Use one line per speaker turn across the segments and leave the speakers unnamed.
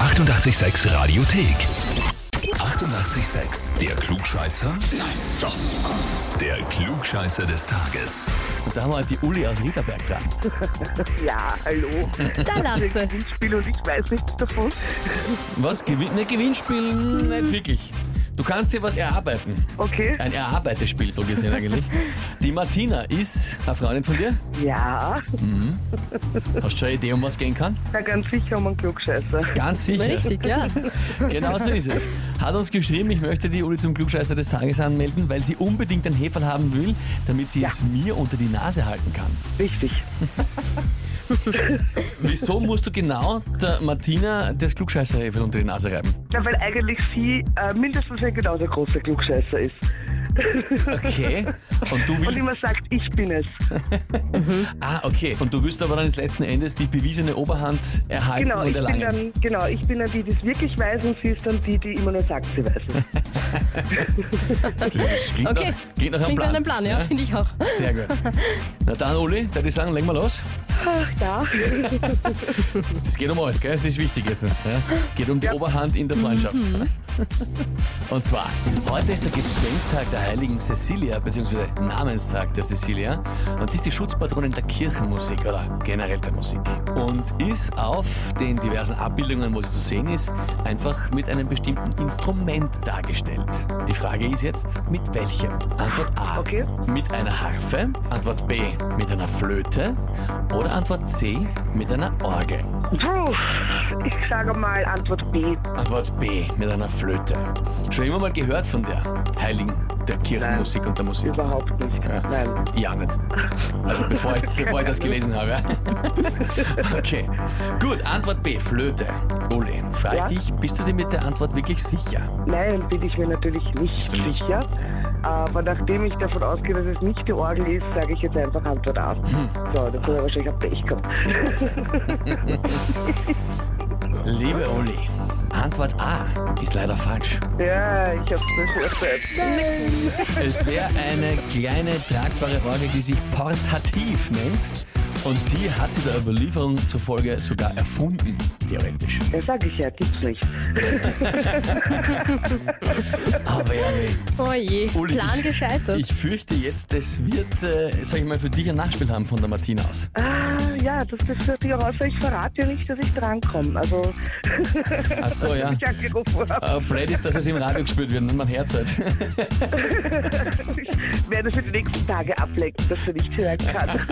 886 Radiothek. 88,6. Der Klugscheißer? Nein, doch. Der Klugscheißer des Tages.
Da haben wir halt die Uli aus Riederberg dran.
Ja, hallo.
Da lacht sie.
Windspiel und ich weiß nichts davon.
Was? Gewin ne, Gewinnspiel? Nicht wirklich. Du kannst dir was erarbeiten.
Okay.
Ein Erarbeitespiel, so gesehen eigentlich. Die Martina ist eine Freundin von dir.
Ja,
Hast du schon eine Idee, um was gehen kann?
na ganz sicher um einen Klugscheißer.
Ganz sicher.
Richtig, ja.
Genau so ist es. Hat uns geschrieben, ich möchte die Uli zum Klugscheißer des Tages anmelden, weil sie unbedingt ein Heferl haben will, damit sie es mir unter die Nase halten kann.
Richtig.
Wieso musst du genau der Martina das Klugscheißer-Heferl unter die Nase reiben?
Na, weil eigentlich sie äh, mindestens ein genauso großer Klugscheißer ist.
Okay. Und du
Und
willst.
immer sagt, ich bin es.
Ah, okay. Und du willst aber dann jetzt letzten Endes die bewiesene Oberhand erhalten
Genau,
und
ich bin
erlangen.
dann, genau, ich bin dann die, die es wirklich weiß und sie ist dann die, die immer nur sagt, sie weiß es.
Das klingt,
Okay.
nach, klingt nach einem
Klingt nach
Plan.
einem Plan, ja, finde ich auch.
Sehr gut. Na dann, Uli, da würde ich sagen, legen wir los.
Ach ja,
Es geht um alles, gell? Es ist wichtig jetzt. Ja? Geht um die Oberhand in der Freundschaft. Und zwar, heute ist der Gedenktag der heiligen Cecilia, beziehungsweise Namenstag der Cecilia. Und die ist die Schutzpatronin der Kirchenmusik oder generell der Musik. Und ist auf den diversen Abbildungen, wo sie zu sehen ist, einfach mit einem bestimmten Instrument dargestellt. Die Frage ist jetzt, mit welchem? Antwort A.
Okay.
Mit einer Harfe. Antwort B. Mit einer Flöte. Oder Antwort C. Mit einer Orgel.
Puh, ich sage mal Antwort B.
Antwort B, mit einer Flöte. Schon immer mal gehört von der Heiligen der Kirchenmusik und der Musik?
Überhaupt nicht.
Ja.
Nein.
Ja, nicht. Also bevor ich, bevor ich das gelesen habe. Okay. Gut, Antwort B, Flöte. Uli, frage
Ja?
ich dich, bist du dir mit der Antwort wirklich sicher?
Nein, bin ich mir natürlich nicht
Bist du nicht?
sicher. Aber nachdem ich davon ausgehe, dass es nicht die Orgel ist, sage ich jetzt einfach Antwort A. So, das wäre wahrscheinlich auch Pech gehabt.
Liebe Uli, Antwort A ist leider falsch.
Ja, ich hab's mir schon erzählt.
Es wäre eine kleine tragbare Orgel, die sich portativ nennt. Und die hat sie der Überlieferung zufolge sogar erfunden, theoretisch.
Ja, sag ich ja, gibt's nicht.
Aber ja, nee.
Oh je,
Uli,
Plan
ich-
gescheitert.
Ich fürchte jetzt, das wird, äh, sag ich mal, für dich ein Nachspiel haben von der Martina aus.
Ah, ja, das ist natürlich auch außer ich verrate ja nicht, dass ich drankomme. Also,
Ach so, ja.
ich angerufen habe.
Äh, blöd ist, dass es im Radio gespielt wird und man hört halt.
Ich werde für die nächsten Tage ablenken, dass du nicht hören kannst.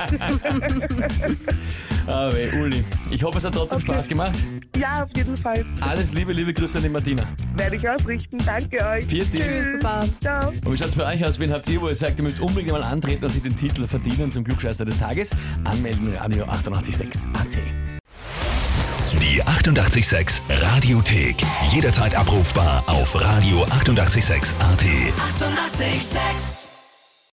Aber ey, Ah, Uli, ich hoffe, es hat trotzdem Spaß gemacht.
ja, auf jeden Fall.
Alles Liebe, liebe Grüße an die Martina.
Werde ich ausrichten. Danke euch.
Vierte.
Tschüss, Baba.
Ciao.
Und wie schaut's bei euch aus? Wen habt ihr, wo ihr sagt, ihr müsst unbedingt mal antreten und sich den Titel verdienen zum Glückscheißer des Tages? Anmelden, Radio 886 AT.
Die 88,6 Radiothek. Jederzeit abrufbar auf radio886.at. 88,6.
Eighty-eight, sex.